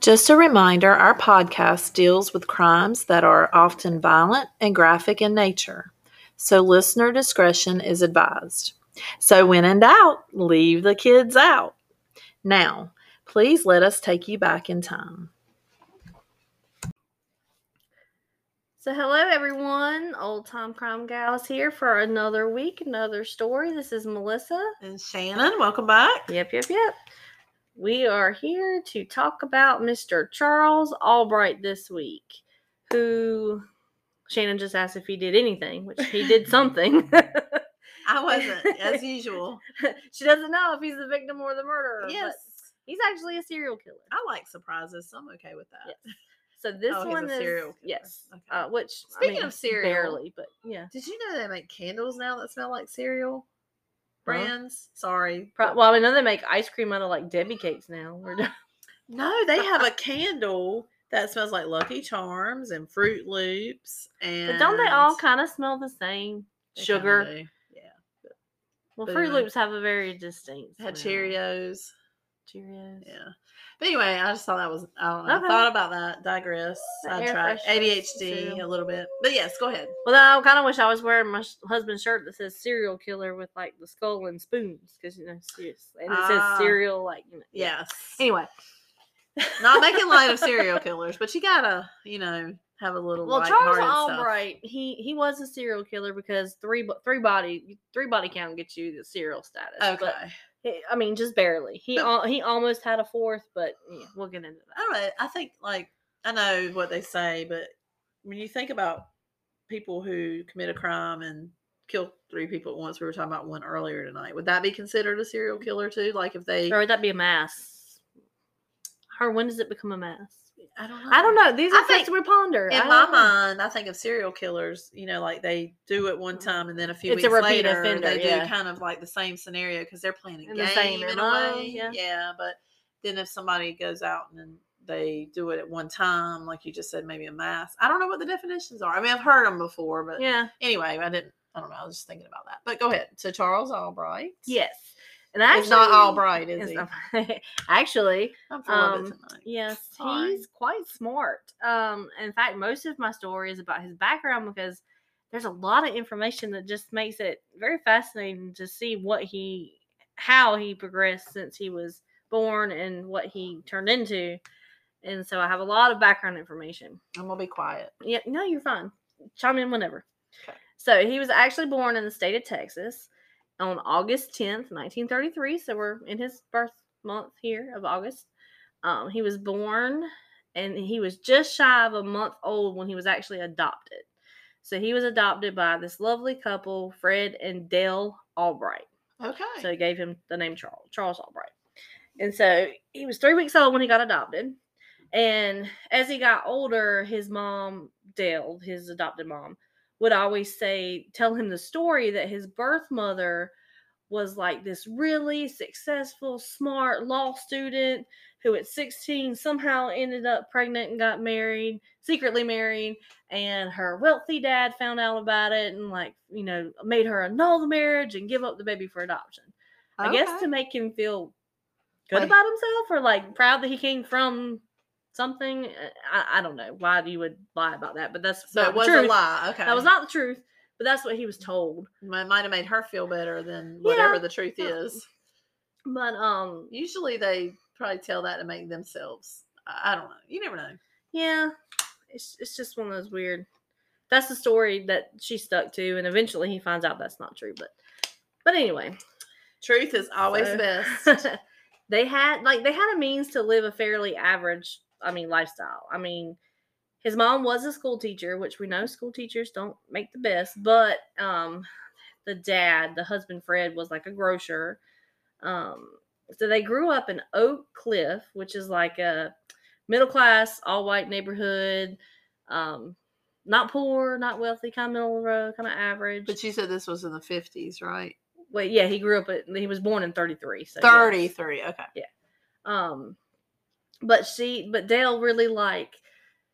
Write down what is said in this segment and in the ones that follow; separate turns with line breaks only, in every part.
Just a reminder our podcast deals with crimes that are often violent and graphic in nature, so listener discretion is advised. So, when in doubt, leave the kids out. Now, please let us take you back in time.
So, hello everyone. Old Time Crime Gals here for another week, another story. This is Melissa.
And Shannon, welcome back.
Yep, yep, yep. We are here to talk about Mr. Charles Albright this week, who Shannon just asked if he did anything, which he did something.
I wasn't, as usual.
she doesn't know if he's the victim or the murderer. but
Yes.
he's actually a serial killer.
I like surprises, so I'm okay with that.
So this
Oh,
one
he's a
is
serial killer.
yes.
Okay.
Uh, which I
Speaking
mean,
of cereal-
barely, but yeah.
Did you know they make candles now that smell like cereal? Brands? Sorry.
Pro- well, I know they make ice cream out of like Debbie cakes now. We're done.
No, they have a candle that smells like Lucky Charms and Fruit Loops and
But don't they all kind of smell the same?
They kinda
Sugar.
do. Yeah.
Well, Fruit
Boo.
Loops have a very distinct.
Had
smell.
Cheerios.
Cheerios.
Yeah. But anyway, I just thought that was I don't know.
Okay.
I thought about that. Digress.
The air
Sidetrack.
freshener
ADHD
cereal.
a little bit. But yes, go ahead.
Well, I kind of wish I was wearing my sh- husband's shirt that says serial killer with like the skull and spoons because you know, serious. And it
Ah.
says serial, like, you know.
Yes.
Anyway.
Not making light of serial killers, but you gotta, you know, have a little
Well, Charles
lighthearted stuff.
Albright, he he was a serial killer because three bo- three body three body count gets you the serial status.
Okay.
But he- I mean, just barely. He
But-
al- he almost had a fourth, but yeah, we'll get into
I don't know. I think like I know what they say, but when you think about people who commit a crime and kill three people at once, we were talking about one earlier tonight. Would that be considered a serial killer too? Like if they,
that. Or would that be a mass? Her, when does it become a mass?
I don't know.
I don't know. These
I
are things
think
we ponder. I
In my
don't know.
mind, I think of serial killers. You know, like they do it one time, and then a few
Mm. It's a
weeks
repeat
later,
offender,
they do
yeah.
kind of like the same scenario because they're playing a
And the
game
same
in a
MO,
way.
yeah.
but then if somebody goes out and then they do it at one time, like you just said, maybe a mass. I don't know what the definitions are. I mean, I've heard them before, but
Yeah.
anyway, I didn't. I don't know. I was just thinking about that. But go ahead. So Charles Albright.
Yes. And
It's not
actually-
Albright, is
it's
he?
not- actually,
I'm full of
um,
it tonight.
yes,
Sorry.
he's quite smart. Um, in fact, most of my story is about his background because there's a lot of information that just makes it very fascinating to see what he, how he progressed since he was born and what he turned into. And so I have a lot of background information.
I'm gonna be quiet.
Yeah, no, you're fine. Chime in whenever.
Okay.
So he was actually born in the state of Texas on August 10th, 1933. So we're in his birth month here of August. Um, he was born and he was just shy of a month old when he was actually adopted. So he was adopted by this lovely couple, Fred and Dell Albright.
Okay.
So he gave him the name Charles, Charles Albright. And so he was three weeks old when he got adopted. And as he got older, his mom, Dale, his adopted mom, would always say, tell him the story that his birth mother was like this really successful, smart law student who at 16 somehow ended up pregnant and got married, secretly married, and her wealthy dad found out about it and like, you know, made her annul the marriage and give up the baby for adoption. I guess to
Okay.
make him feel good
Like-
about himself or like proud that he came from something. Uh, I, I don't know why you would lie about that, but that's
so
not
it
the
was a
truth.
lie. Okay.
That was not the truth, but that's what he was told.
might might have made her feel better than
Yeah.
whatever the truth
Yeah.
is.
But um,
Usually they probably tell that to make themselves. I I don't know. You never know.
yeah, it's it's just one of those weird. That's the story that she stuck to, and eventually he finds out that's not true. But but anyway,
Truth is always
So-
best.
they had like they had a means to live a fairly average, I mean, lifestyle. I mean, his mom was a school teacher, which we know school teachers don't make the best, but um the dad, the husband Fred was like a grocer. Um so they grew up in Oak Cliff, which is like a middle class, all white neighborhood. Um not poor, not wealthy, kind of middle of the road, kind of average.
But you said this was in the fifties, right?
Well, yeah, he grew up at he was born in 33. So yes.
Thirty-three. Okay.
Um, but she, but Dale really like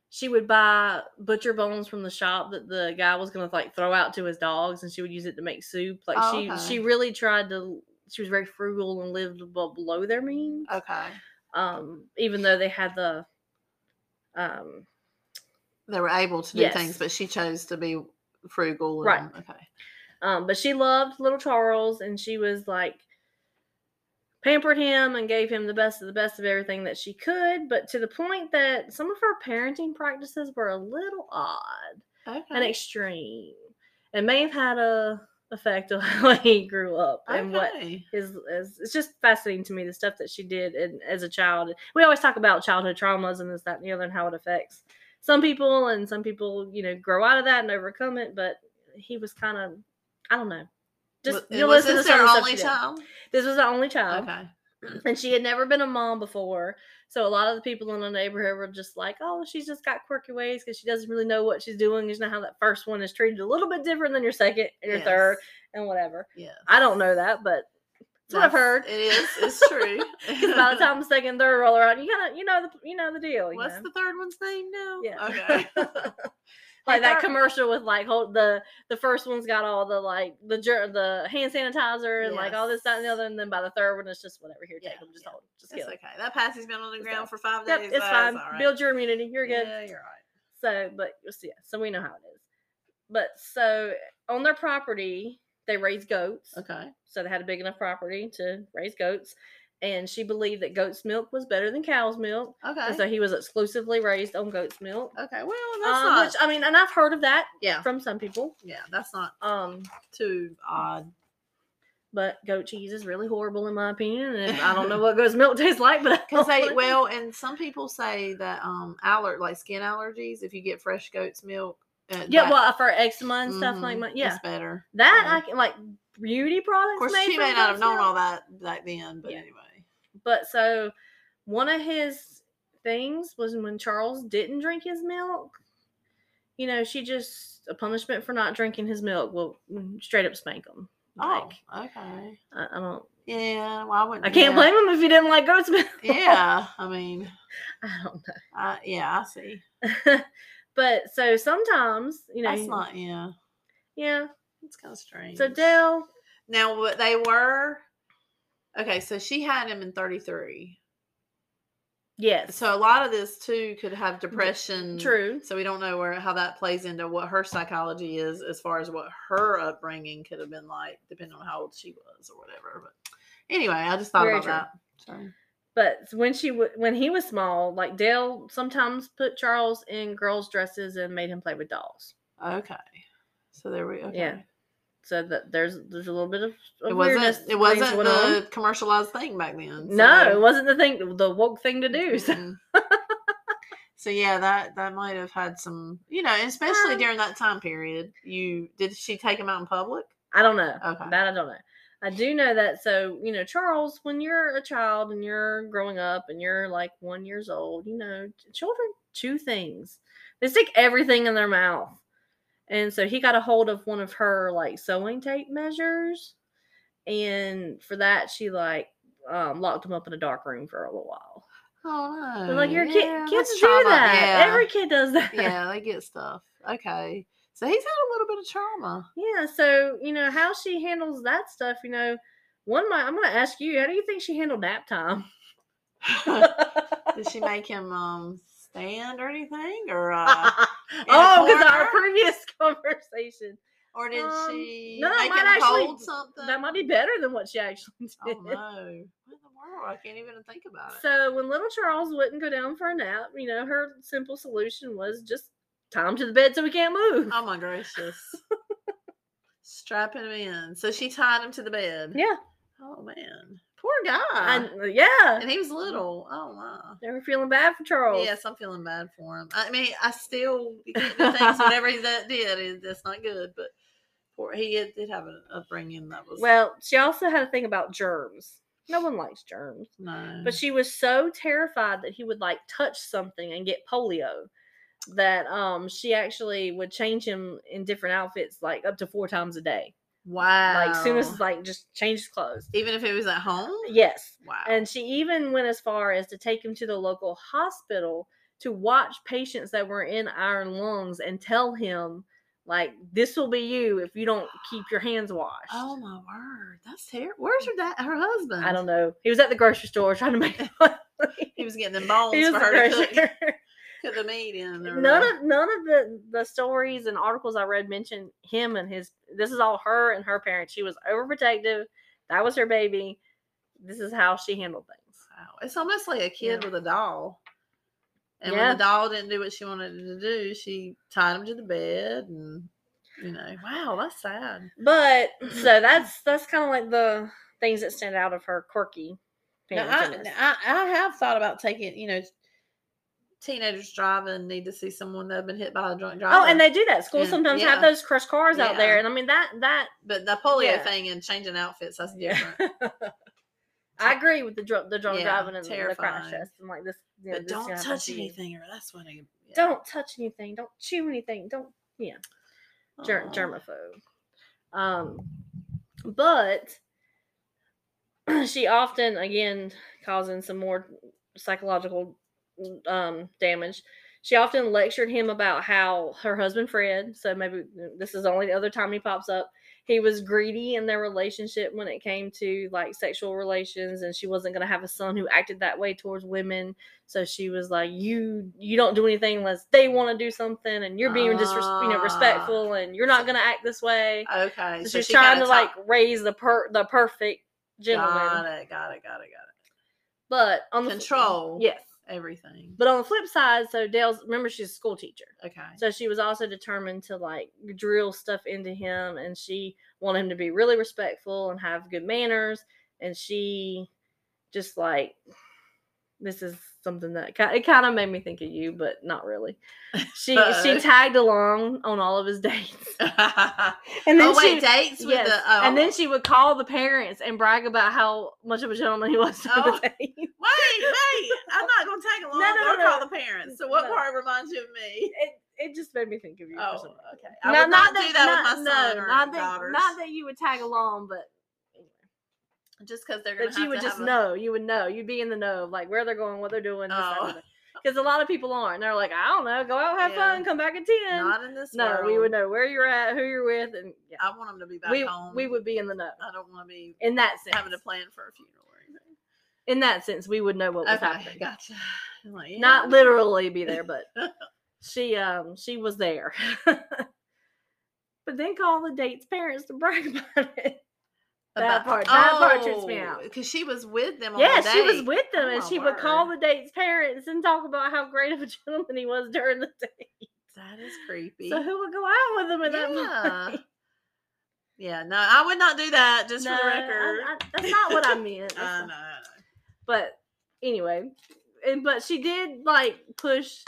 she would buy butcher bones from the shop that the guy was gonna like throw out to his dogs, and she would use it to make soup. Like
Oh,
she,
okay.
she really tried to. She
Oh.
was very frugal and lived be- below their means.
Okay.
Um, even though they had the Um,
They were able to do things,
Yes.
but she chose to be frugal.
Right.
And, Okay.
um, but she loved little Charles, and she was like pampered him and gave him the best of the best of everything that she could. But to the point that some of her parenting practices were a little odd
Okay.
and extreme, and may have had a effect on how he grew up and what
Okay.
is, is it's just fascinating to me the stuff that she did and as a child. We always talk about childhood traumas and this, that, and the other, and how it affects some people, and some people, you know, grow out of that and overcome it. But he was kind of, I don't know. Just
Wa-
you
was
listen to
this
some
their
of the stuff
only
she did.
child?
This was the only child,
Okay.
and she had never been a mom before. So a lot of the people in the neighborhood were just like, "Oh, she's just got quirky ways because she doesn't really know what she's doing. You know how that first one is treated a little bit different than your second and your third and whatever."
Yes.
I don't know that, but it's what
That's-
I've heard.
It is. It's true.
Because by the time the second and third roll around, you gotta, you know, the, you know the deal. you
What's
know?
the third one's name now?
Yeah.
Okay.
like that
third-
commercial with like hold the the first one's got all the like the jer- the hand sanitizer and like all this that and the
Yes.
other, and then by the third one it's just whatever. Here, take
Yeah,
'em, just
yeah.
hold, 'em, just
It's
kill.
okay. That passy's been on the
It's
ground
okay.
for five
Yep,
days.
it's
that's
fine.
all right.
Build your immunity. You're good.
Yeah, you're right.
So, but you'll see. So we know how it is. But so on their property, they raise goats.
Okay.
So they had a big enough property to raise goats, and she believed that goat's milk was better than cow's milk.
Okay.
And so he was exclusively raised on goat's milk.
okay. Well, that's
Um,
not.
which I mean, and I've heard of that
yeah.
from some people.
Yeah. That's not
Um,
too odd.
but goat cheese is really horrible in my opinion, and I don't know what goat's milk tastes like, but I
Because
don't
they
like it.
well, and some people say that um aller like skin allergies. If you get fresh goat's milk. Uh,
yeah,
that-
well for eczema and stuff like
mhm,
that.
it's
Yeah,
better.
that
yeah.
I can like beauty products.
Of course,
made
she
from
may not have
goat's
known
milk.
all that back then, but
Yeah.
anyway.
But so one of his things was when Charles didn't drink his milk. You know, she just a punishment for not drinking his milk. Well, mm, straight up spank him.
Oh,
Like,
okay.
I, I don't.
Yeah. Well, I wouldn't.
I can't
yeah.
blame him if he didn't like goat's milk.
yeah, I mean,
I don't
I, yeah, I see.
know. but so sometimes, you know,
That's not, yeah,
yeah.
it's kind of strange.
So Dale,
now what they were, okay, so she had him in 33.
yes,
So a lot of this too could have depression.
true.
So we don't know where how that plays into what her psychology is as far as what her upbringing could have been like, depending on how old she was or whatever. But anyway, I just thought
Very
about
true.
that. So,
But when she w- when he was small, like Dale sometimes put Charles in girls' dresses and made him play with dolls.
okay. So there we okay.
Yeah. So that there's there's a little bit of, of
It
weirdness
wasn't it
things
wasn't
went on.
the commercialized thing back then. so-
no, it wasn't the thing the woke thing to do. So
Mhm. so yeah, that that might have had some, you know, especially
Um,
during that time period. You did she take him out in public?
I don't know.
Okay.
That I don't know. I do know that. So you know, Charles, when you're a child and you're growing up and you're like one years old, you know, ch- children chew things. They stick everything in their mouth. And so he got a hold of one of her like sewing tape measures, and for that she like um, locked him up in a dark room for a little while.
Oh
But,
no.
like your
yeah,
kid, kids
that's
do
trauma.
that.
Yeah.
Every kid does that.
yeah, they get stuff. Okay. So he's had a little bit of trauma.
Yeah, so you know how she handles that stuff. You know, one might I'm gonna ask you, how do you think she handled nap time?
Did she make him um stand or anything or uh,
oh, because our
corner?
previous conversation
or did
Um,
she
no, that
make
might
him
actually-
hold something?
that might be better than what she actually
Oh
did.
no. What in the world? I can't even think about it.
So when little Charles wouldn't go down for a nap, you know, her simple solution was just tie him to the bed so we can't move.
Oh my gracious. Strapping him in. So she tied him to the bed.
yeah,
Oh man. Poor guy.
and uh, yeah,
uh, and he was little. Oh my.
they were feeling bad for Charles.
Yes, I'm feeling bad for him. I mean, I still you can't do things whatever he that did. it- That's not good, but poor he did, did have an upbringing that was
Well, she also had a thing about germs. No one likes germs.
no.
But she was so terrified that he would like touch something and get polio that um she actually would change him in different outfits like up to four times a day.
wow.
Like soon as like just change his clothes.
even if it was at home.
Yes.
Wow.
And she even went as far as to take him to the local hospital to watch patients that were in iron lungs and tell him like this will be you if you don't keep your hands washed.
oh my word, that's terrible. Where's her dad? Her husband?
I don't know. He was at the grocery store trying to make money.
He was getting them bones
He was
for
the
her to cook.
grocer.
cook the meat in. Or
None of none of the the stories and articles I read mentioned him and his. This is all her and her parents. She was overprotective. That was her baby. This is how she handled things.
Wow. It's almost like a kid
Yeah.
with a doll. And
Yeah.
when the doll didn't do what she wanted it to do, she tied him to the bed and you know, wow, that's sad.
But so that's that's kind of like the things that stand out of her quirky.
Now, I,
parenting.
I I have thought about taking, you know, teenagers driving need to see someone that had been hit by a drunk driver.
oh, and they do that. Schools
Yeah,
sometimes
yeah.
have those crushed cars out
Yeah.
there, and I mean that that
but the polio
Yeah.
thing and changing outfits, that's
Yeah.
different.
I agree with the drunk, the drunk
Yeah,
driving and the- the crash
terrifying.
test and like this. You know,
but
this
don't
can happen
touch
to you.
anything or that's what I yeah.
Don't touch anything. Don't chew anything. Don't ger-
Aw.
germaphobe. Um, but she often again causing some more psychological um damage. She often lectured him about how her husband Fred, so maybe this is only the other time he pops up, he was greedy in their relationship when it came to like sexual relations and she wasn't going to have a son who acted that way towards women. So she was like, "You you don't do anything unless they want to do something and you're being just you know
Ah.
respectful and you're not going to act this way."
Okay. Uh,
So
So
she's
she
trying
kinda
to
talk-
like raise the per the perfect gentleman.
Got it, got it, got it, got
But on
it.
the fl-
Control
yes.
everything.
But on the flip side, so Dale's remember she's a school teacher.
Okay.
So she was also determined to like drill stuff into him and she wanted him to be really respectful and have good manners and she just like this is something that ki- it kind of made me think of you but not really. She she
Uh-oh.
tagged along on all of his dates.
oh
And then
wait,
she
dates with
yes,
the oh,
and then she would call the parents and brag about how much of a gentleman he was. to
Oh.
the date.
wait, wait. I'm not gonna tag along
No, no,
or
no,
call
no.
the parents. So what
No.
part reminds you of me?
It, it just made me think of you. for
Oh,
some reason.
okay. I would not, do that with my son or
not that,
daughters.
Not that you would tag along, but
just because they're gonna
that you
have
would
to
just
have a-
know. You would know. You'd be in the know, of, like where they're going, what they're doing.
Oh.
Because a lot of people aren't. They're like, I don't know, go out, have
Yeah.
fun, come back at ten.
Not in this
no,
world.
we would know where you're at, who you're with, and yeah,
I want them to be back
we
home.
we would be in the know.
I don't want to be
In that sense,
having to plan for a funeral or anything.
in that sense, we would know what was
Okay,
happening.
gotcha. I'm like, yeah.
not literally be there, but she um she was there. but then call the date's parents to brag about it. That part- that part trips me out.
Because she was with them. Oh, On
yeah,
the
she was
date.
with them,
Oh
and
my
she would call the
word.
date's parents and talk about how great of a gentleman he was during the date.
That is creepy.
So who would go out with him at that
yeah.
point?
yeah, no, I would not do that. Just
No,
for the
I-
record. Uh,
I- that's not what I meant. That's
I
not-
know, I know.
But anyway, and but she did like push,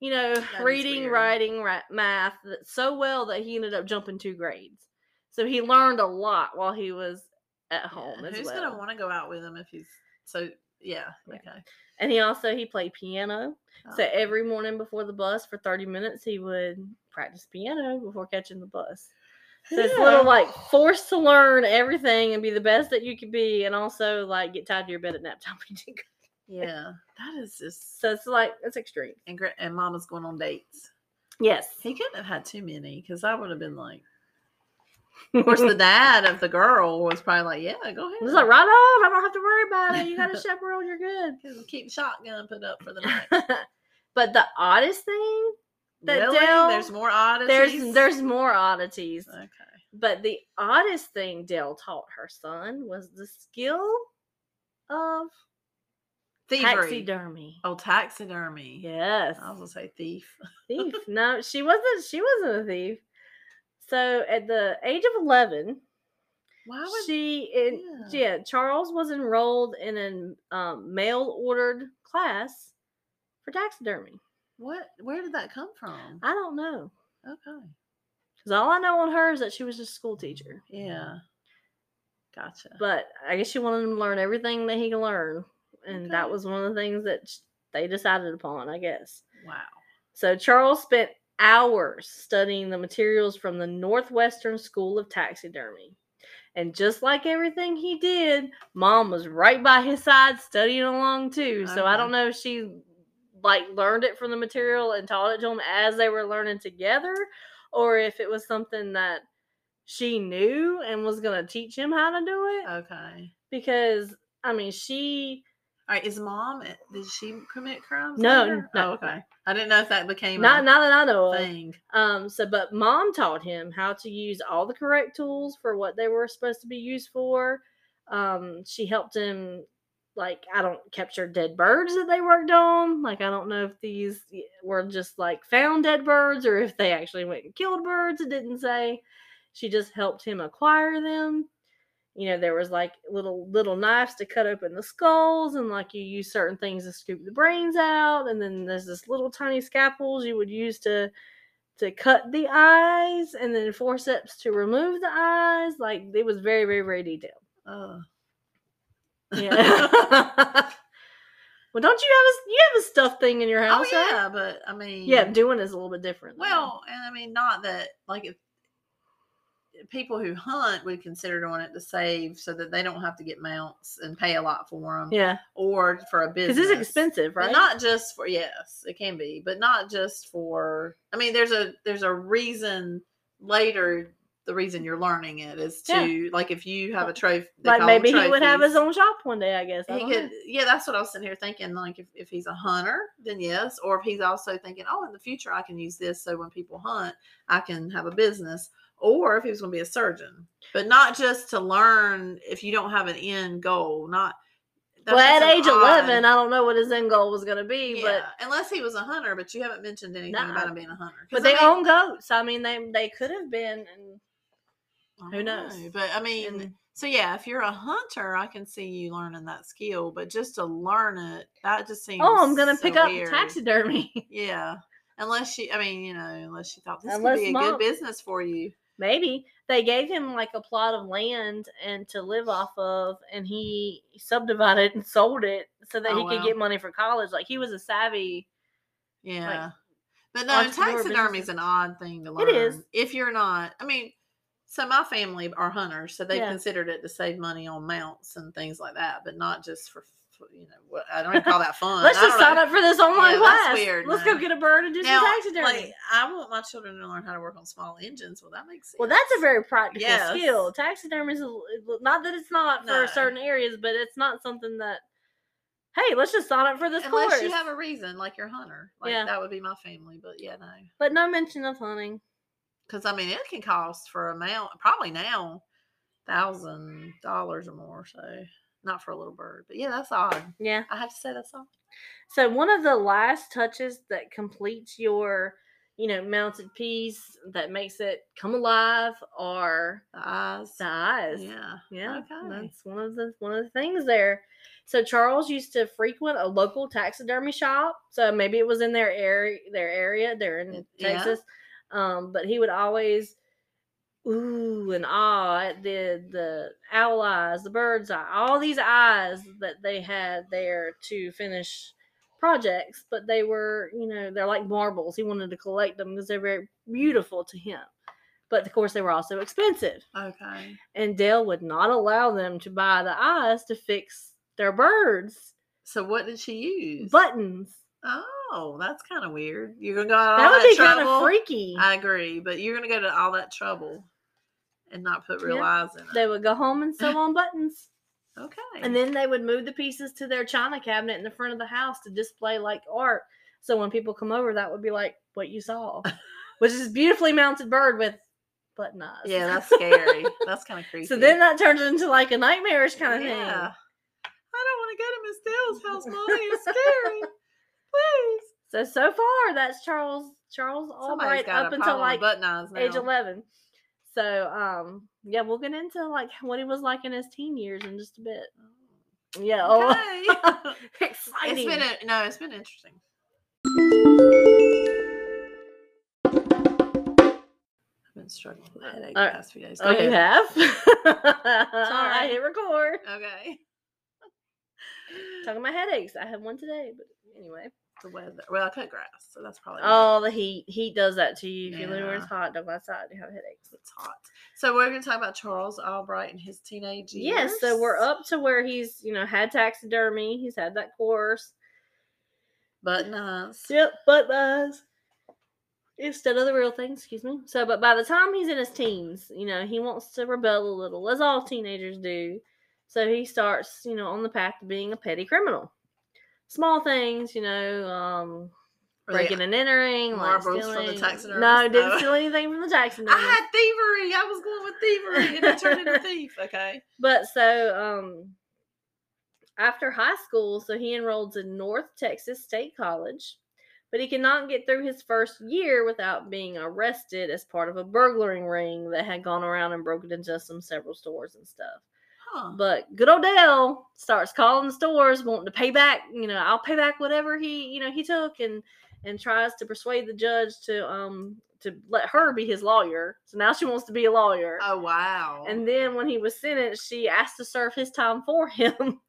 you know,
is
reading,
weird.
writing, ra- math th- so well that he ended up jumping two grades. So he learned a lot while he was at home
Yeah,
as
Who's
well.
gonna want to go out with him if he's so? Yeah.
Yeah.
Okay.
and he also he played piano. So
Oh.
every morning before the bus for 30 minutes he would practice piano before catching the bus. So it's a
Yeah.
little like forced to learn everything and be the best that you could be and also like get tied to your bed at nap time. when you go.
Yeah, that is just.
so it's like it's extreme.
And gra- and Mama's going on dates.
Yes.
He couldn't have had too many because I would have been like. Of course, the dad of the girl was probably like, "Yeah, go ahead."
It's like right on. I don't have to worry about it. You got a chaperone. You're good.
Just keep shotgun put up for the night.
but the oddest thing, That
really?
Dell-
there's more oddities.
there's there's more oddities.
Okay.
But the oddest thing Dale taught her son was the skill of
Thievery.
taxidermy.
Oh, taxidermy.
Yes,
I was gonna say thief.
thief. No, she wasn't. She wasn't a thief. So at the age of eleven,
Why would
she in, yeah. Charles was enrolled in an um, mail ordered class for taxidermy.
what? Where did that come from?
I don't know.
Okay.
Because all I know on her is that she was just a school teacher.
Yeah. Gotcha.
But I guess she wanted him to learn everything that he could learn. And that
Okay.
was one of the things that sh- they decided upon, I guess.
wow.
So Charles spent hours studying the materials from the Northwestern School of Taxidermy. And just like everything he did, mom was right by his side studying along too. So I
Okay.
don't know if she like learned it from the material and taught it to him as they were learning together or if it was something that she
Uh,
knew and was going to teach him how to do it
Okay.
because I mean she
All right, is mom eh, did she commit crimes?
No,
later?
no,
Oh, okay. I didn't know if that became
Not,
a
not that I know of.
thing.
Um, so, but mom taught him how to use all the correct tools for what they were supposed to be used for. Um, she helped him, like, I don't capture dead birds that they worked on. Like, I don't know if these were just like found dead birds or if they actually went and killed birds. It didn't say. She just helped him acquire them. You know, there was like little little knives to cut open the skulls, and like you use certain things to scoop the brains out, and then there's this little tiny scalpels you would use to to cut the eyes and then forceps to remove the eyes. Like it was very, very, very detailed.
Oh.
Yeah. well, don't you have a you have a stuff thing in your
oh
house? right?
yeah, but I mean
Yeah, doing is a little bit different. though.
Well, and I mean, not that like if eh, people who hunt would consider doing it to save so that they don't have to get mounts and pay a lot for them,
yeah,
or for a
because
business.
it's expensive,
But
right?
Not just for yes, it can be, but not just for. I mean, there's a there's a reason later. The reason you're learning it is
Yeah.
to like if you have a trophy,
like maybe he would have his own shop one day. I guess. I
He
don't know.
could, yeah, that's what I was sitting here thinking. Like, if, if he's a hunter, then yes. Or if he's also thinking, oh, in the future, I can use this so when people hunt, I can have a business. Or if he was going to be a surgeon, but not just to learn if you don't have an end goal. Not that's
Well, at
just an
age
odd-
eleven, I don't know what his end goal was going to be, but
yeah, unless he was a hunter, but you haven't mentioned anything
Nuh-uh.
about him being a hunter. 'Cause I
but they
mean-
own goats. I mean, they they could have been. And,
I
who
don't
knows?
But I mean,
and-
so yeah, if you're a hunter, I can see you learning that skill, but just to learn it, that just seems.
oh, I'm going to
so
pick up
weird.
taxidermy.
Yeah. Unless she, I mean, you know, unless she thought this
Unless
could be a
mom-
good business for you.
maybe they gave him like a plot of land and to live off of and he subdivided and sold it so that
Oh,
he could
wow.
get money for college like he was a savvy
Yeah. but no, and
entrepreneur
taxidermy is
businesses-
an odd thing to learn.
It is.
If you're not, I mean, so my family are hunters, so they've
Yeah.
considered it to save money on mounts and things like that, but not just for, f- you know, what I don't even call that fun.
let's
I
just
don't know.
sign up for this online
Yeah, that's
class
weird,
let's
no.
go get a bird and do
Now,
some taxidermy
like, I want my children to learn how to work on small engines. Well, that makes sense.
well that's a very practical
Yes.
skill taxidermy is a l- not that it's not for
No.
certain areas but it's not something that hey let's just sign up for this
Unless
course
you have a reason, like your hunter. Like,
Yeah.
that would be my family, but yeah, no.
but no mention of hunting
Because I mean, it can cost for a mount probably now thousand dollars or more. So not for a little bird, but yeah, that's odd.
yeah
I have to say that's odd.
So one of the last touches that completes your, you know, mounted piece that makes it come alive are
The eyes,
the eyes.
yeah,
Yeah,
okay.
that's one of the one of the things there. So Charles used to frequent a local taxidermy shop. So maybe it was in their area, their area, they're in
It- yeah.
Texas. Um, but he would always ooh and ah at the the owl eyes, the bird's eye, all these eyes that they had there to finish projects. But they were, you know, they're like marbles. He wanted to collect them because they're very beautiful to him. But of course, they were also expensive
okay.
and Dale would not allow them to buy the eyes to fix their birds
So what did she use?
buttons.
oh, that's kind of weird. You're gonna go out
That
all
would
that
be kind
trouble.
of freaky.
I agree, but you're gonna go to all that trouble and not put real
Yeah.
eyes in it.
They would go home and sew on buttons,
okay,
and then they would move the pieces to their china cabinet in the front of the house to display like art. So when people come over, that would be like what you saw, which is beautifully mounted bird with button eyes.
yeah, that's scary. that's kind of creepy.
so then that turns into like a nightmarish kind of
Yeah.
thing.
I don't want to go to Miss Dale's house, Mommy. It's scary. Please.
So so far, that's Charles Charles
Somebody's
Albright
got
Oh up
a
until
problem with
like
button eyes now.
age 11 so um yeah we'll get into like what he was like in his teen years in just a bit yeah oh
Okay. it's
exciting
been a, no, it's been interesting. I've been struggling with a headache
All
the
right.
past few days. Go
oh you
ahead.
have i
Sorry.
hit record
Okay.
talking about headaches i had one today but anyway
The weather. Well, I cut grass, so that's probably. it.
oh the heat heat does that to you if you live where it's
Yeah.
hot don't go outside you have headaches
It's hot. So we're going to talk about Charles Albright and his teenage years.
Yes, so we're up to where he's you know had taxidermy he's had that course
Button eyes.
Yep, but uh, instead of the real thing, excuse me. So, but by the time he's in his teens, you know, he wants to rebel a little, as all teenagers do. So he starts, you know, on the path to being a petty criminal. small things, you know, um,
Or they
breaking and entering,
marbles
like
from the
stealing-
taxidermist?
No, didn't
No.
steal anything from the taxidermist.
Oh. I had thievery. I was going with thievery, and it turned into thief. Okay.
But so um after high school, so he enrolled in North Texas State College, but he cannot get through his first year without being arrested as part of a burglaring ring that had gone around and broken into some several stores and stuff.
Huh.
But good old Dale starts calling the stores, wanting to pay back. You know, I'll pay back whatever he, you know, he took, and and tries to persuade the judge to um to let her be his lawyer. So now she wants to be a lawyer.
oh wow.
And then when he was sentenced, she asked to serve his time for him.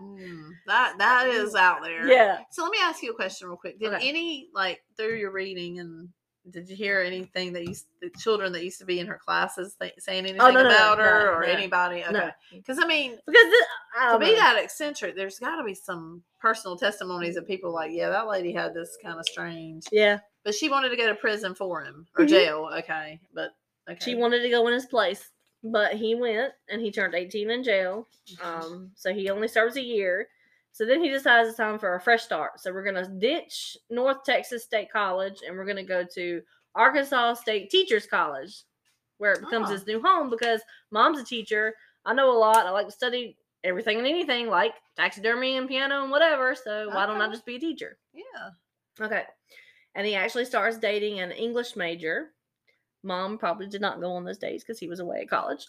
Mm, that that is out there.
yeah.
So let me ask you a question real quick. Did
Okay.
any like through your reading and did you hear anything that you s- the children that used to be in her classes th- saying anything
Oh, no, no, no,
about her
no,
or
no.
anybody? Okay.
No.
Because I mean,
Because this, I
to
don't
be
know.
that eccentric, there's got to be some personal testimonies of people like, yeah, that lady had this kind of strange.
Yeah.
But she wanted to go to prison for him or
Mhm.
jail. Okay, but okay.
She wanted to go in his place, but he went and he turned 18 in jail.
Mm-hmm.
Um, so he only serves a year. So then he decides it's time for a fresh start. So we're going to ditch North Texas State College and we're going to go to Arkansas State Teachers College, where it becomes
Oh.
his new home because mom's a teacher. I know a lot. I like to study everything and anything, like taxidermy and piano and whatever. So why don't I
Okay.
just be a teacher?
yeah.
Okay. And he actually starts dating an English major. Mom probably did not go on those dates because he was away at college.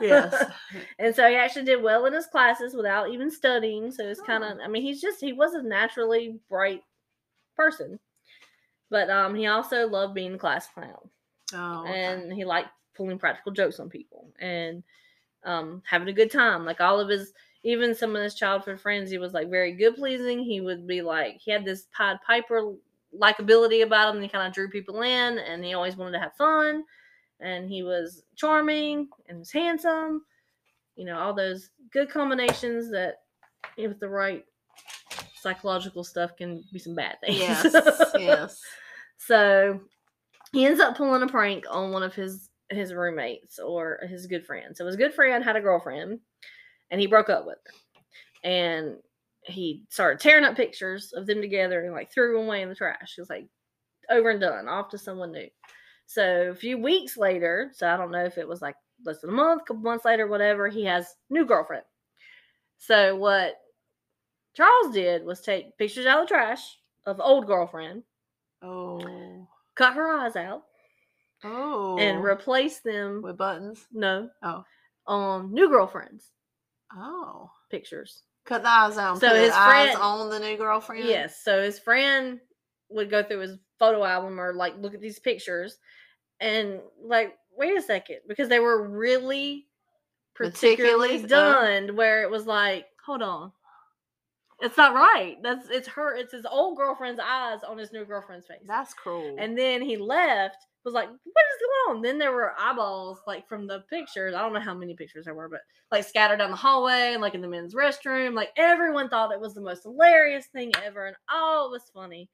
Yes.
and so he actually did well in his classes without even studying. So it's
Oh.
kind of, I mean, he's just, he was a naturally bright person. But um, he also loved being the class clown
oh. okay.
and he liked pulling practical jokes on people and um, having a good time. Like all of his, even some of his childhood friends, he was like very good pleasing. He would be like, he had this Pied Piper likability about him. And he kind of drew people in, and he always wanted to have fun. And he was charming and was handsome. You know, all those good combinations that, you know, with the right psychological stuff, can be some bad things.
yes. Yes.
So he ends up pulling a prank on one of his his roommates or his good friend. So his good friend had a girlfriend, and he broke up with her. And he started tearing up pictures of them together and like threw them away in the trash. He was like over and done, off to someone new. So a few weeks later, so I don't know if it was like less than a month, couple months later, whatever, he has new girlfriend. So what Charles did was take pictures out of the trash of old girlfriend,
Oh.
cut her eyes out,
Oh.
and replace them
with buttons.
no
Oh.
um new girlfriends
Oh.
pictures
Cut the eyes out. and
So
put
his
his eyes
friend-
on the new girlfriend.
yes so his friend would go through his photo album or like look at these pictures and like wait a second because they were really particularly
Meticulous, oh.
done where it was like hold on it's not right that's it's her it's his old girlfriend's eyes on his new girlfriend's face
That's cruel.
And then he left, was like, what is going on? Then there were eyeballs, like from the pictures. I don't know how many pictures there were, but like scattered down the hallway and like in the men's restroom. Like everyone thought it was the most hilarious thing ever. And oh, it was funny.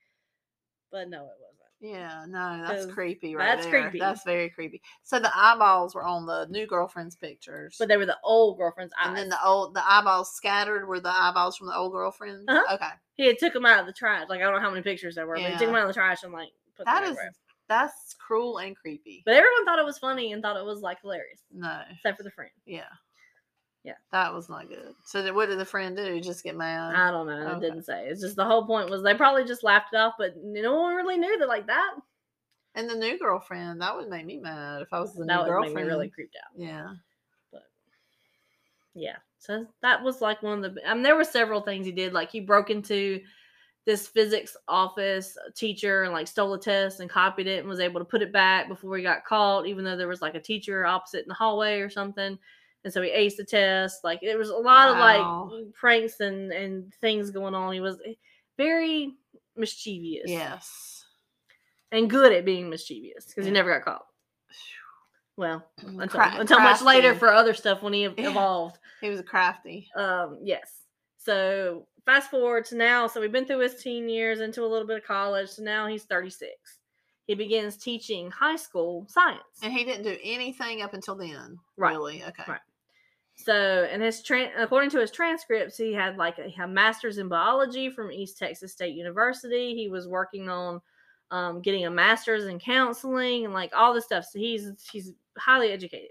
But no, it wasn't.
yeah, no, that's
So,
creepy right
that's
there.
creepy.
That's very creepy. So the eyeballs were on the new girlfriend's pictures.
But they were the old girlfriend's eyes.
and then the old the eyeballs scattered were the eyeballs from the old girlfriend.
Uh-huh.
Okay.
he had took them out of the trash. Like I don't know how many pictures there were, but he took
Yeah.
them out of the trash and like put
That is
them everywhere.
that's cruel and creepy.
But everyone thought it was funny and thought it was like hilarious,
no.
except for the friend.
Yeah.
Yeah.
That was not good. So then what did the friend do? Just get mad?
I don't know. It
Uh, Okay.
didn't say. It's just the whole point was they probably just laughed it off, but no one really knew that like that.
and the new girlfriend, that would make me mad if I was the
that
new
would
girlfriend.
make me really creeped out.
yeah.
Yeah. So that was like one of the. I mean, there were several things he did. Like he broke into this physics office uh, teacher and like stole a test and copied it and was able to put it back before he got caught, even though there was like a teacher opposite in the hallway or something. And so he aced the test. Like it was a lot of
Wow.
like pranks and and things going on. He was eh, very mischievous.
Yes.
and good at being mischievous because he
Yeah.
never got caught. Well, until,
Mm, Cra-
until much later
crafty.
for other stuff when he ev-
Yeah.
evolved.
he was crafty.
Um, yes. So fast forward to now. So we've been through his teen years into a little bit of college. So now he's 36. He begins teaching high school science.
And he didn't do anything up until then.
Right.
Really? Okay.
Right. So, and his tran according to his transcripts, he had like a, a master's in biology from East Texas State University. He was working on um, getting a master's in counseling and like all this stuff. So he's he's highly educated,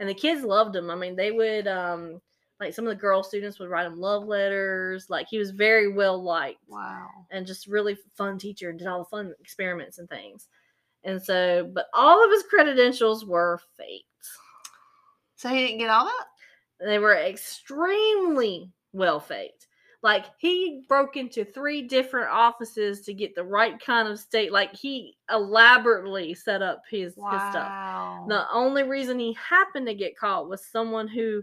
and the kids loved him. I mean, they would um, like some of the girl students would write him love letters. Like he was very well liked
Wow.
and just really fun teacher and did all the fun experiments and things. And so, but all of his credentials were faked.
So he didn't get all that?
They were extremely well faked. Like he broke into three different offices to get the right kind of state. Like he elaborately set up his his stuff. The only reason he happened to get caught was someone who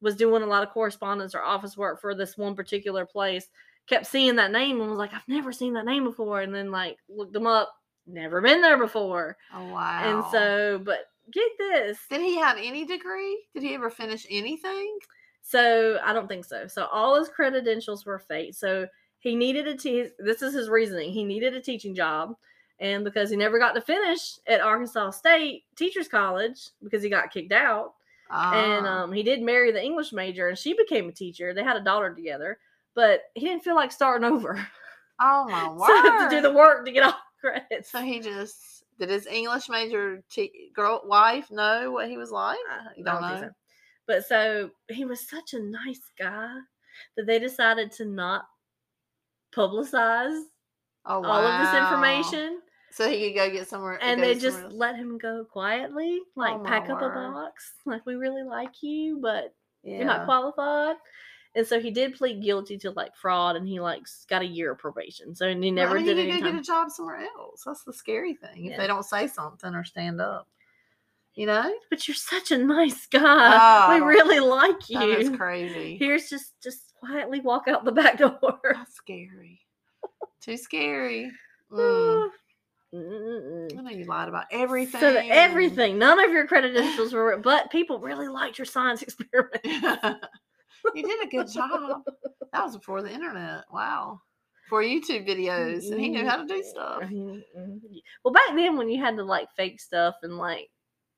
was doing a lot of correspondence or office work for this one particular place kept seeing that name and was like, I've never seen that name before. And then like looked them up, never been there before.
Oh, wow.
And so, but get this.
did he have any degree? Did he ever finish anything?
So I don't think so. So all his credentials were fake. So he needed a te- this is his reasoning. He needed a teaching job. And because he never got to finish at Arkansas State Teachers College because he got kicked out, and
Ah,
um, he did marry the English major, and she became a teacher. They had a daughter together, but he didn't feel like starting over.
oh my
so to
word!
do the work to get all the credits.
So he just did his English major te- girl wife know what he was like?
I
You
I
don't
don't think
know?
so. But so he was such a nice guy that they decided to not publicize
Oh,
all of this
wow.
information
So he could go get somewhere, uh,
and
go
they
to
just
somewhere else.
let him go quietly like
my
pack up a
word.
box like we really like you but you're
Yeah.
not qualified and so he did plead guilty to like fraud and he like s- got a year of probation so and he
Well,
never
I mean,
did
he could
any
go get
time
a job somewhere else. That's the scary thing. If
Yeah.
they don't say something or stand up, you know,
but you're such a nice guy
Oh, I
we
don't-
really like
that is
you
crazy.
here's just just quietly walk out the back door
That's scary. Too scary. Mm.
Mm-mm-mm.
I know you lied about everything.
So that everything, none of your credentials were, but people really liked your science experiment.
you did a good job. That was before the internet. Wow. Before YouTube
Mm-hmm,
videos, and he knew how to do stuff.
Mhm, mhm. Y- Well, back then when you had to like fake stuff and like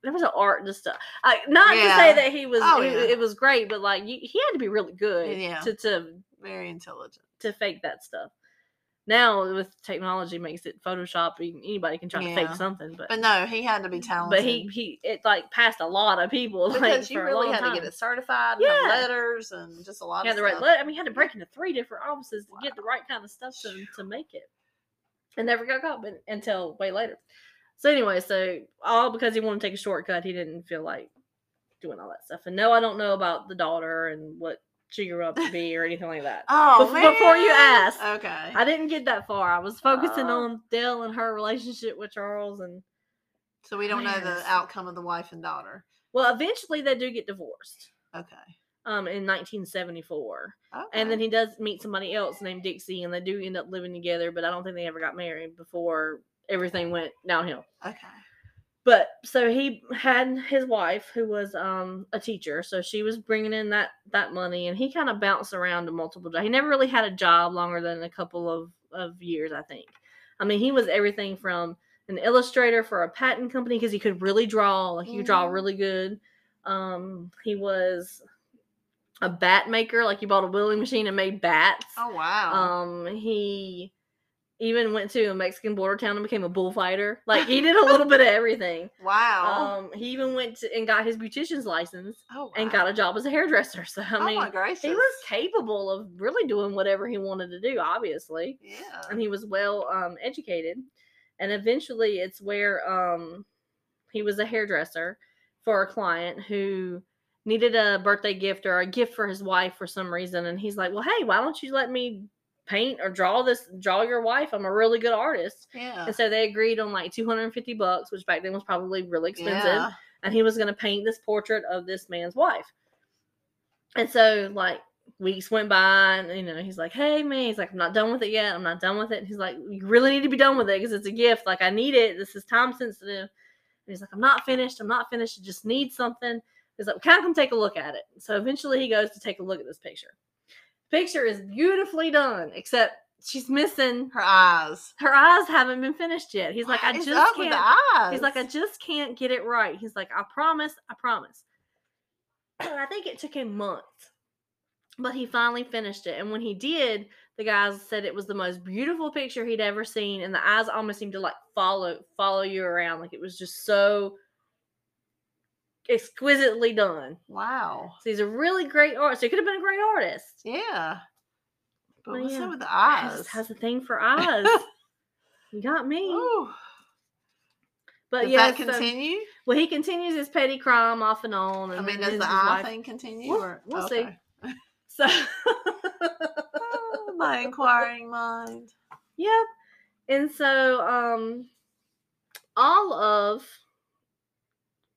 there was an art to stuff. I, not to
Yeah.
say that he was
Oh,
it,
yeah.
it was great, but like you, he had to be really good
Yeah.
to to
Very intelligent.
to fake that stuff. Now with technology makes it Photoshop. e- Anybody can try to
Yeah.
fake something, but
But no, he had to be talented.
but he he it like passed a lot of people like,
because you
for a
really
long
had
time.
to get it certified, and have
Yeah.
letters, and just a lot
You had
of
the right
stuff.
letter. I mean, you had to break into three different offices to get the right kind of stuff to, to make it. And never got caught but, until way later. So anyway, so all because he wanted to take a shortcut, he didn't feel like doing all that stuff. And no, I don't know about the daughter and what she grew up to be or anything like that.
Oh,
Bef- before you
man.
ask,
Okay.
I didn't get that far. I was focusing
Oh.
on Dell and her relationship with Charles and
So we don't know the
Yes.
outcome of the wife and daughter.
well, eventually they do get divorced.
Okay.
Um, in 1974.
okay.
And then he does meet somebody else named Dixie, and they do end up living together, but I don't think they ever got married before everything went downhill.
okay.
But so he had his wife, who was um, a teacher, so she was bringing in that that money, and he kind of bounced around to multiple jobs. He never really had a job longer than a couple of of years, I think. I mean, he was everything from an illustrator for a patent company because he could really draw, like he could draw
Mhm.
really good. Um, he was a bat maker, like he bought a welding machine and made bats.
Oh wow.
Um, he even went to a Mexican border town and became a bullfighter. Like he did a little bit of everything.
wow.
Um, he even went to, and got his beautician's license
oh wow.
and got a job as a hairdresser. So I
oh
mean,
my gracious.
he was capable of really doing whatever he wanted to do. Obviously,
Yeah.
and he was well um, educated. And eventually, it's where um, he was a hairdresser for a client who needed a birthday gift or a gift for his wife for some reason. And he's like, "Well, hey, why don't you let me paint or draw this? Draw your wife. I'm a really good artist."
Yeah.
And so they agreed on like 250 bucks, which back then was probably really expensive
Yeah.
and he was going to paint this portrait of this man's wife. And so, like, weeks went by, and you know, he's like, Hey, man, he's like, I'm not done with it yet. I'm not done with it. And he's like, You really need to be done with it because it's a gift. Like, I need it. This is time sensitive. And he's like, I'm not finished. I'm not finished. I just need something. He's like, Can I come take a look at it? So, eventually, he goes to take a look at this picture. Picture is beautifully done, except she's missing
Her eyes.
her eyes haven't been finished yet. He's like, I
What is
just
up
can't.
with the eyes.
He's like, I just can't get it right. He's like, I promise, I promise. I think it took him months, but he finally finished it. And when he did, the guys said it was the most beautiful picture he'd ever seen, and the eyes almost seemed to like follow follow you around, like it was just so exquisitely done.
Wow.
So he's a really great artist. So he could have been a great artist.
Yeah. But
Oh,
what's
yeah.
up with the
I
eyes?
just has a thing for eyes. you got me.
Ooh.
but
Does
yeah,
that
so-
continue?
well, he continues his petty crime off and on. And
I mean, does
then his-
the
his
eye
wife-
thing continue?
We'll-
or-
we'll see.
okay.
So
Oh, my inquiring mind.
Yep. And so um all of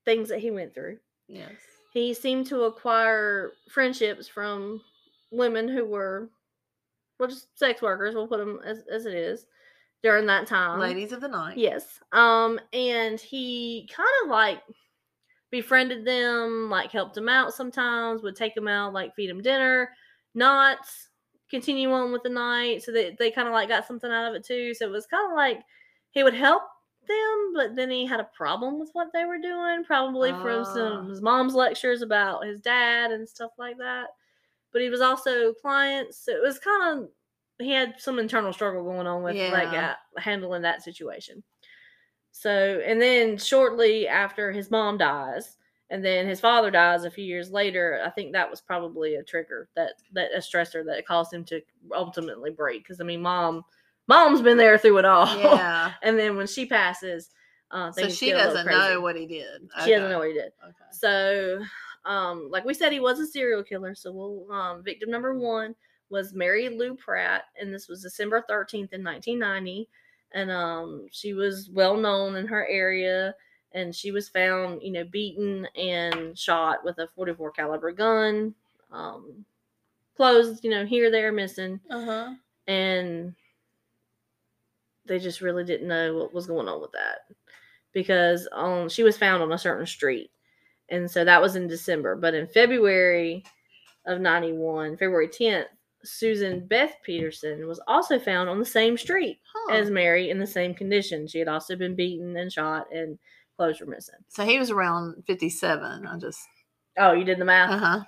things that he went through,
Yes.
he seemed to acquire friendships from women who were well just sex workers, we'll put them as, as it is during that time.
Ladies of the night.
Yes. Um and he kind of like befriended them, like helped them out sometimes, would take them out, like feed them dinner, not continue on with the night so that they kind of like got something out of it too. So it was kind of like he would help them, but then he had a problem with what they were doing, probably from
Ah.
some his mom's lectures about his dad and stuff like that. But he was also clients, so it was kind of he had some internal struggle going on with like
Yeah.
uh, handling that situation. So, and then shortly after his mom dies, and then his father dies a few years later, I think that was probably a trigger that that a stressor that caused him to ultimately break. Because I mean, mom, mom's been there through it all,
Yeah.
and then when she passes, uh,
so
things
she
get a little
doesn't
crazy.
know what he did.
she doesn't know what he did.
Okay.
So, um, like we said, he was a serial killer. So, we'll, um, victim number one was Mary Lou Pratt, and this was December 13th in 1990. And um, she was well known in her area, and she was found, you know, beaten and shot with a 44 caliber gun. Um, clothes, you know, here, there, missing,
Uh huh.
Uh-huh. and they just really didn't know what was going on with that because um, she was found on a certain street and so that was in december but in february of 91 february 10th susan beth peterson was also found on the same street
Huh.
as mary in the same condition she had also been beaten and shot and clothes were missing
so he was around 57. I just.
oh you did the math
Uh huh.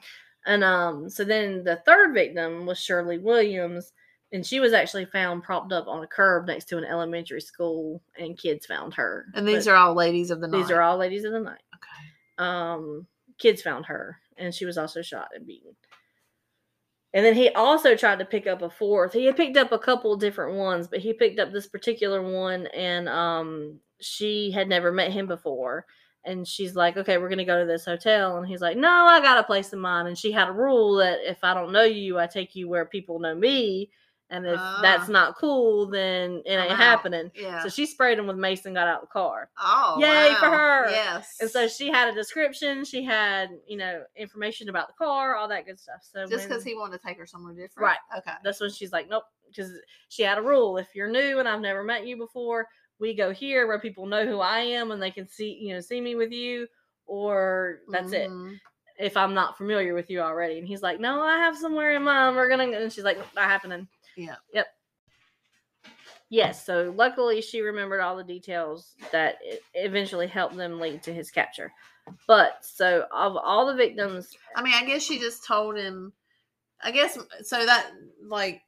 And um, so then the third victim was Shirley Williams, and she was actually found propped up on a curb next to an elementary school, and kids found her.
And these are all ladies of the night.
these are all ladies of the night.
Okay.
Um, kids found her, and she was also shot and beaten. And then he also tried to pick up a fourth. He had picked up a couple different ones, but he picked up this particular one, and um, she had never met him before. And she's like, "Okay, we're gonna go to this hotel," and he's like, "No, I got a place in mind." And she had a rule that if I don't know you, I take you where people know me, and if that's
Ah.
not cool, then it
I'm
ain't
out.
happening.
Yeah.
So she sprayed him with mace and got out of the car.
oh.
Yay for
wow.
her.
Yes.
And so she had a description. She had, you know, information about the car, all that good stuff. So
just because
when-
he wanted to take her somewhere different.
Right.
Okay.
that's when she's like, nope, because she had a rule: if you're new and I've never met you before, we go here where people know who I am and they can see, you know, see me with you, or that's it
Mhm.
if I'm not familiar with you already. And he's like, No, I have somewhere in mind. We're gonna go. and she's like, "Nope, not happening.
Yeah.
Yep. Yes, so luckily she remembered all the details that e- eventually helped them lead to his capture. But so of all the victims,
I mean, I guess she just told him. I guess so that like,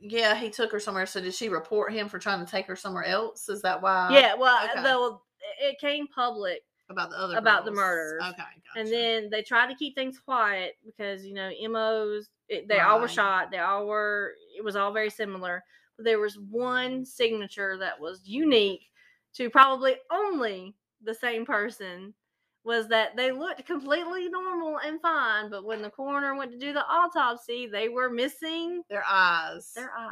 yeah, he took her somewhere. So did she report him for trying to take her somewhere else? Is that why?
yeah, well,
Uh, okay.
though it came public
About the other
about the
girls.
murders.
Okay. Gotcha.
and then they tried to keep things quiet because you know MOs it, they all were
Right.
shot they all were it was all very similar but there was one signature that was unique to probably only the same person was that they looked completely normal and fine but when the coroner went to do the autopsy they were missing
their eyes.
their eyes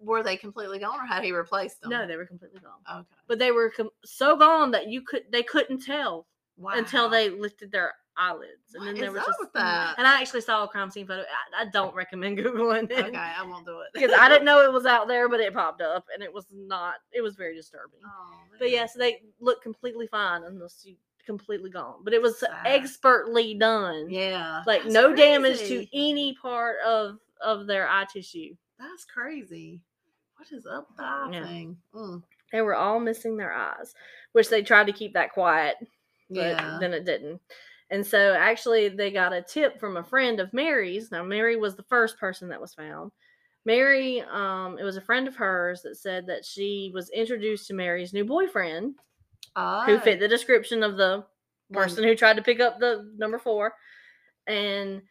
were they completely gone, or had he replaced them?
no they were completely gone
Okay.
but they were com- so gone that you could they couldn't tell
Wow.
until they lifted their eyelids, and
What
then
is
they were
up
just.
with that?
And I actually saw a crime scene photo. I, I don't recommend googling
Okay,
it
I won't do it
because I didn't know it was out there, but it popped up, and it was not. It was very disturbing.
Oh,
But
man.
yes, they looked completely fine unless you completely gone. But it was
Sad.
expertly done.
Yeah.
Like
That's
no damage to
crazy.
any part of of their eye tissue.
That's crazy. What is up with the eye
Yeah.
thing? Mm,
They were all missing their eyes, which they tried to keep that quiet, but
yeah.
then it didn't. And so actually, they got a tip from a friend of Mary's. Now, Mary was the first person that was found. Mary, um, it was a friend of hers that said that she was introduced to Mary's new boyfriend,
Oh.
who fit the description of the person who tried to pick up the number four. And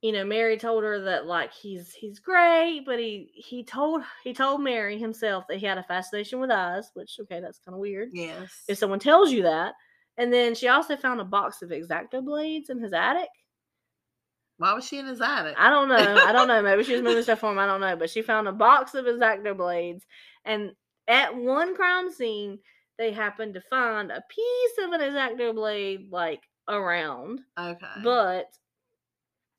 you know, Mary told her that like he's he's great, but he he told he told Mary himself that he had a fascination with eyes, which okay, that's kind of weird
Yes.
if someone tells you that. And then she also found a box of exacto blades in his attic.
Why was she in his attic?
I don't know. I don't know. Maybe she was moving stuff for him. I don't know. But she found a box of exacto blades. And at one crime scene, they happened to find a piece of an exacto blade like around.
okay.
But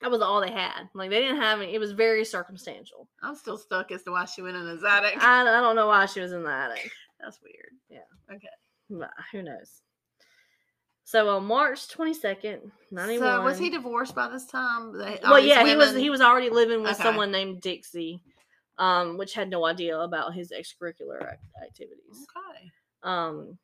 that was all they had. Like they didn't have any. It was very circumstantial.
I'm still stuck as to why she went in his attic.
I, I don't know why she was in the attic.
That's weird.
But who knows? So on March 22nd, 91.
So was he divorced by this time? They- all
well
these
yeah he was
women-
he was already living with
Okay.
someone named dixie um which had no idea about his extracurricular ac- activities
Okay.
um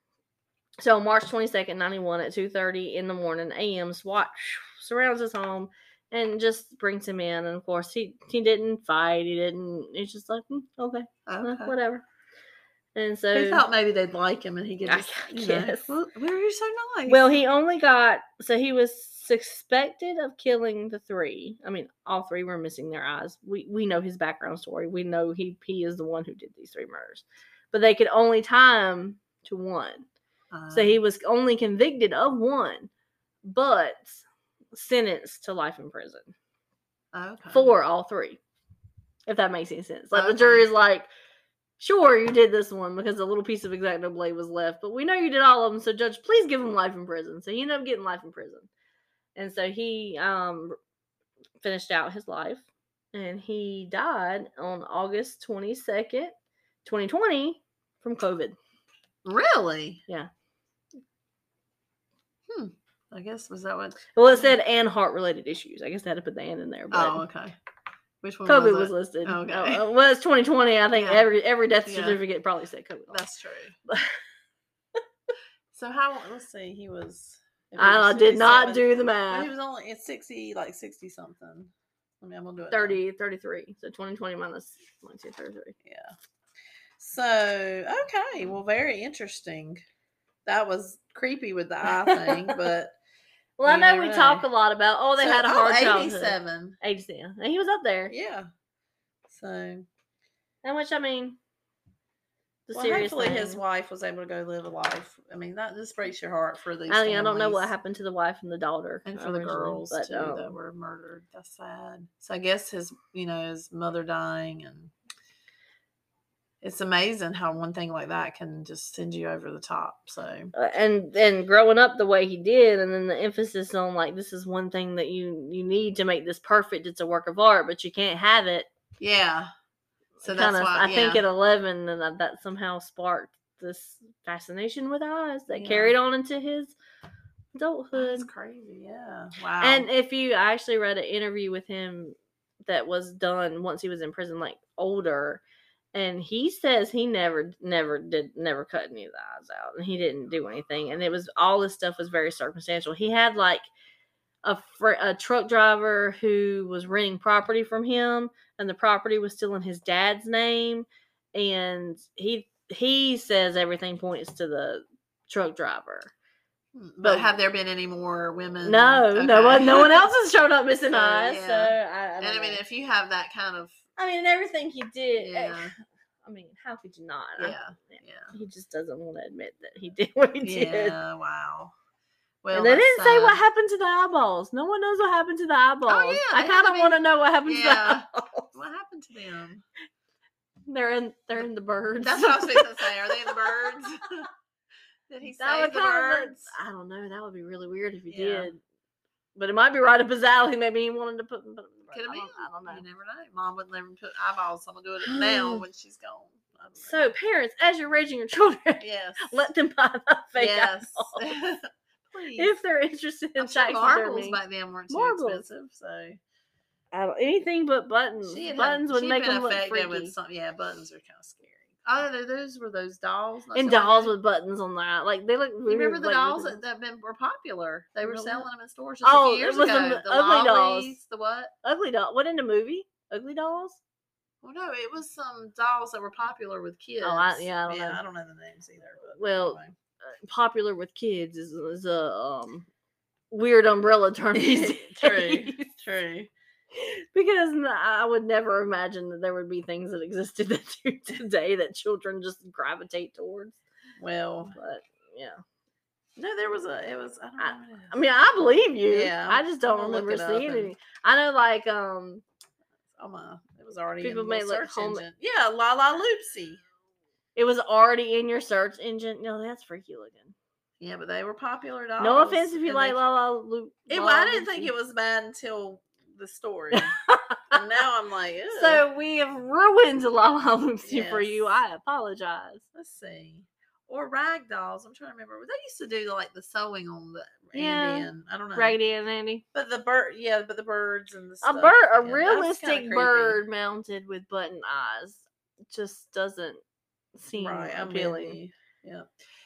so march 22nd 91 at 2.30 in the morning am swat surrounds his home and just brings him in and of course he he didn't fight he didn't he's just like "Mm, okay, uh,
Okay.
whatever and so
Who thought maybe they'd like him and he could
I
just, you know,
guess.
well, where you're so nice.
Well, he only got so he was suspected of killing the three. I mean, all three were missing their eyes. We we know his background story. We know he he is the one who did these three murders, but they could only tie him to one. So
Uh,
he was only convicted of one, but sentenced to life in prison
okay.
for all three. If that makes any sense, like the
Okay.
jury's like. Sure, you did this one because a little piece of exacto blade was left, but we know you did all of them. So, judge, please give him life in prison. So he ended up getting life in prison, and so he um finished out his life, and he died on August twenty second, twenty twenty, from COVID.
Really?
Yeah.
Hmm. I guess was that what?
Well, it said and heart related issues. I guess they had to put the and in there, but
Oh, okay. Which one
COVID was,
was, it?
listed. Oh,
Okay.
uh, well, it's twenty twenty. I think
Yeah.
every every death
Yeah.
certificate probably said COVID. on it.
That's true. so how? Let's see. He was. if he
I
was
did not
57
do the
well, he
math.
was only at sixty, like sixty something. I mean, I'm gonna do it. now.
30, 33. So 2020 minus 1, 2, 33.
Yeah. So okay, well, very interesting. That was creepy with the eye thing, but
Well, I
You
know
never
we
know.
talk a lot about, oh, they
So-
had a
oh,
hard childhood.
87.
87. And he was up there.
Yeah. So
And which, I mean, the
well,
serious
hopefully
thing.
his wife was able to go live a life. I mean, that just breaks your heart for these.
I mean, I don't know what
families
happened to the wife and the daughter.
And for the
originally,
girls
but,
too that
um,
were murdered. That's sad. So I guess his, you know, his mother dying and it's amazing how one thing like that can just send you over the top. So
uh, and and growing up the way he did and then the emphasis on like this is one thing that you you need to make this perfect it's a work of art but you can't have it
yeah. So that's
kind of,
why
I think
yeah.
at 11, and that, that somehow sparked this fascination with eyes that
Yeah.
carried on into his
That's
adulthood.
crazy. Yeah. Wow.
And if you, I actually read an interview with him that was done once he was in prison, like older, and he says he never, never did, never cut any of the eyes out, and he didn't do anything, and it was all this stuff was very circumstantial. He had like a fr- a truck driver who was renting property from him, and the property was still in his dad's name, and he he says everything points to the truck driver.
Hmm, but,
but-
have there been any more women?
No, no
Um, Okay.
one, no one else has showed up missing
So,
eyes.
yeah.
So I, I
and
don't
I mean,
know.
if you have that kind of
I mean, and everything he did. eh,
yeah,
I mean, how could you not? I-
yeah, yeah,
he just doesn't want to admit that he did what he did.
yeah. Wow. Well,
and they
that's uh,
didn't say what
sad.
happened to the eyeballs. No one knows what happened to the eyeballs.
yeah,
I
they
kind
had
of
to be-
want to know what happened
Yeah.
to the eyeballs.
What happened to them?
They're in, they're in the birds.
That's what I was fixing to say. Are they in the birds? Did he
That
save
would
the
kind of-
birds?
I don't know. That would be really weird if he
Yeah.
did. But it might be right up his alley. Maybe he wanted to put. put 'em in the
Could have
bird. I
been.
don't, I don't know.
You never know. Mom would let him put eyeballs. I'm gonna do it now when she's gone. I don't
So,
know.
parents, as you're raising your children,
yes,
let them buy the fake
yes.
eyeballs
Please.
if they're interested in
I'm sure marbles
taxidermy.
back then weren't too
Marbles.
expensive, so
I don't- Anything but buttons.
she had had-
buttons Hmm, would
she'd
make
been
them look
affected
freaky.
With some, yeah, buttons are kind of scary. I don't know. Those were those dolls. not
and
so much-
dolls with buttons on that. Like they look.
You
Weird,
remember the
like,
dolls
with
that, that been, were popular? They were
Really?
selling them in stores just a
Oh, it
few years
was
ago.
them
The
ugly dolls.
lollies, the what?
ugly doll. What in the movie? Ugly dolls.
Well, no, it was some dolls that were popular with kids.
Oh, I- yeah, I don't know.
I don't know the names either. But
Well,
anyway.
uh, Popular with kids is, is a um, weird umbrella term. these
true,
days.
true.
because n- I would never imagine that there would be things that existed that do today that children just gravitate towards.
Well,
But yeah,
no, there was a. It was. I don't know. what it
I
is.
mean, I believe you.
Yeah,
I just don't
I'm gonna look
remember
it up
seeing
and-
any. I know, like um,
oh my, it was already.
People
in
may
the
look
search
home-
engine. Yeah, La La Loopsy.
it was already in your search engine. No, that's freaky looking.
Yeah, but they were popular dolls.
No offense if
Oh,
you
and
like
they-
La La Loop.
It, well, I didn't think it was bad until the story. and now I'm like, Ew.
So we have ruined La La Loopsy for you.
Yes.
I apologize.
let's see. Or rag dolls. I'm trying to remember. They used to do the, like the sewing on the
Yeah,
Indian. I don't know.
Raggedy and Andy.
But the bird, yeah, but the birds and the
A
stuff,
bird, a
yeah, that's kinda
realistic
creepy.
bird mounted with button eyes, just doesn't seem
Right, I'm with
appealing.
you. Yeah.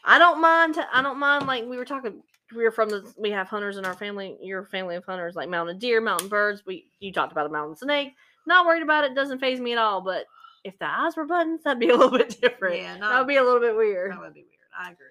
I don't mind. I don't mind. Like we were talking, we were from the. We have hunters in our family. Your family of hunters, like mountain deer, mountain birds. We you talked about a mountain snake. Not worried about it. Doesn't phase me at all. But if the eyes were buttons, that'd be a little bit different.
Yeah,
that
no,
would be a little bit weird.
that would be weird. I agree.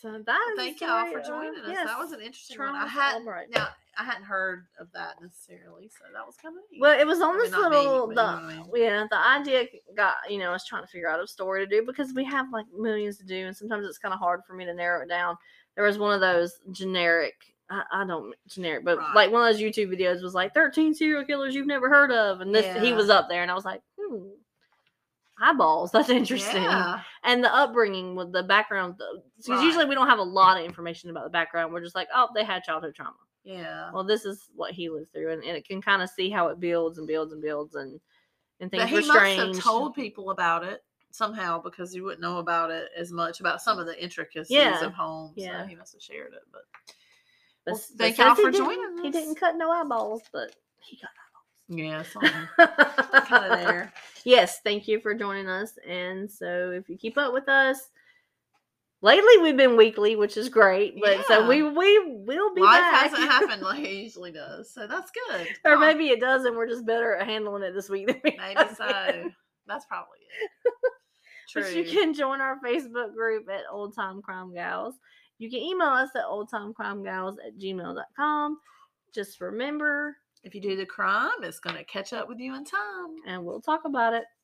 So
Well,
that. uh,
Thank y'all for joining us. That was an interesting one. I hadn't
Albright.
now I hadn't heard of that necessarily, so that was kind of neat.
Well, it was on
I mean,
this
not me,
little
but you know what I
the yeah the idea got you know I was trying to figure out a story to do because we have like millions to do and sometimes it's kind of hard for me to narrow it down. There was one of those generic I, I don't generic but
Right.
like one of those YouTube videos was like thirteen serial killers you've never heard of and this he
Yeah.
was up there and I was like hmm eyeballs that's interesting
Yeah.
and the upbringing with the background because
Right.
usually we don't have a lot of information about the background we're just like oh they had childhood trauma
yeah.
well, this is what he lived through, and, and it can kind of see how it builds and builds and builds, and and things
But he
were
must
strange.
have told people about it somehow because he wouldn't know about it as much about some of the intricacies
Yeah,
of homes.
yeah.
So he must have shared it. But
But
Well,
s- but
thank
says
y'all
he
for
didn't-
joining
He
us.
didn't cut no eyeballs, but he
yeah,
got.
kind of there.
Yes, thank you for joining us. And so, if you keep up with us, lately we've been weekly, which is great. But so
Yeah.
we we will be
Life
back.
hasn't happened like it usually does, so that's good.
or
Huh.
maybe it does, and we're just better at handling it this week than we
Maybe
have been.
so. That's probably it. True.
But you can join our Facebook group at Old Time Crime Gals. You can email us at oldtimecrimegals at gmail.com. Just remember,
if you do the crime, it's going to catch up with you in time.
and we'll talk about it.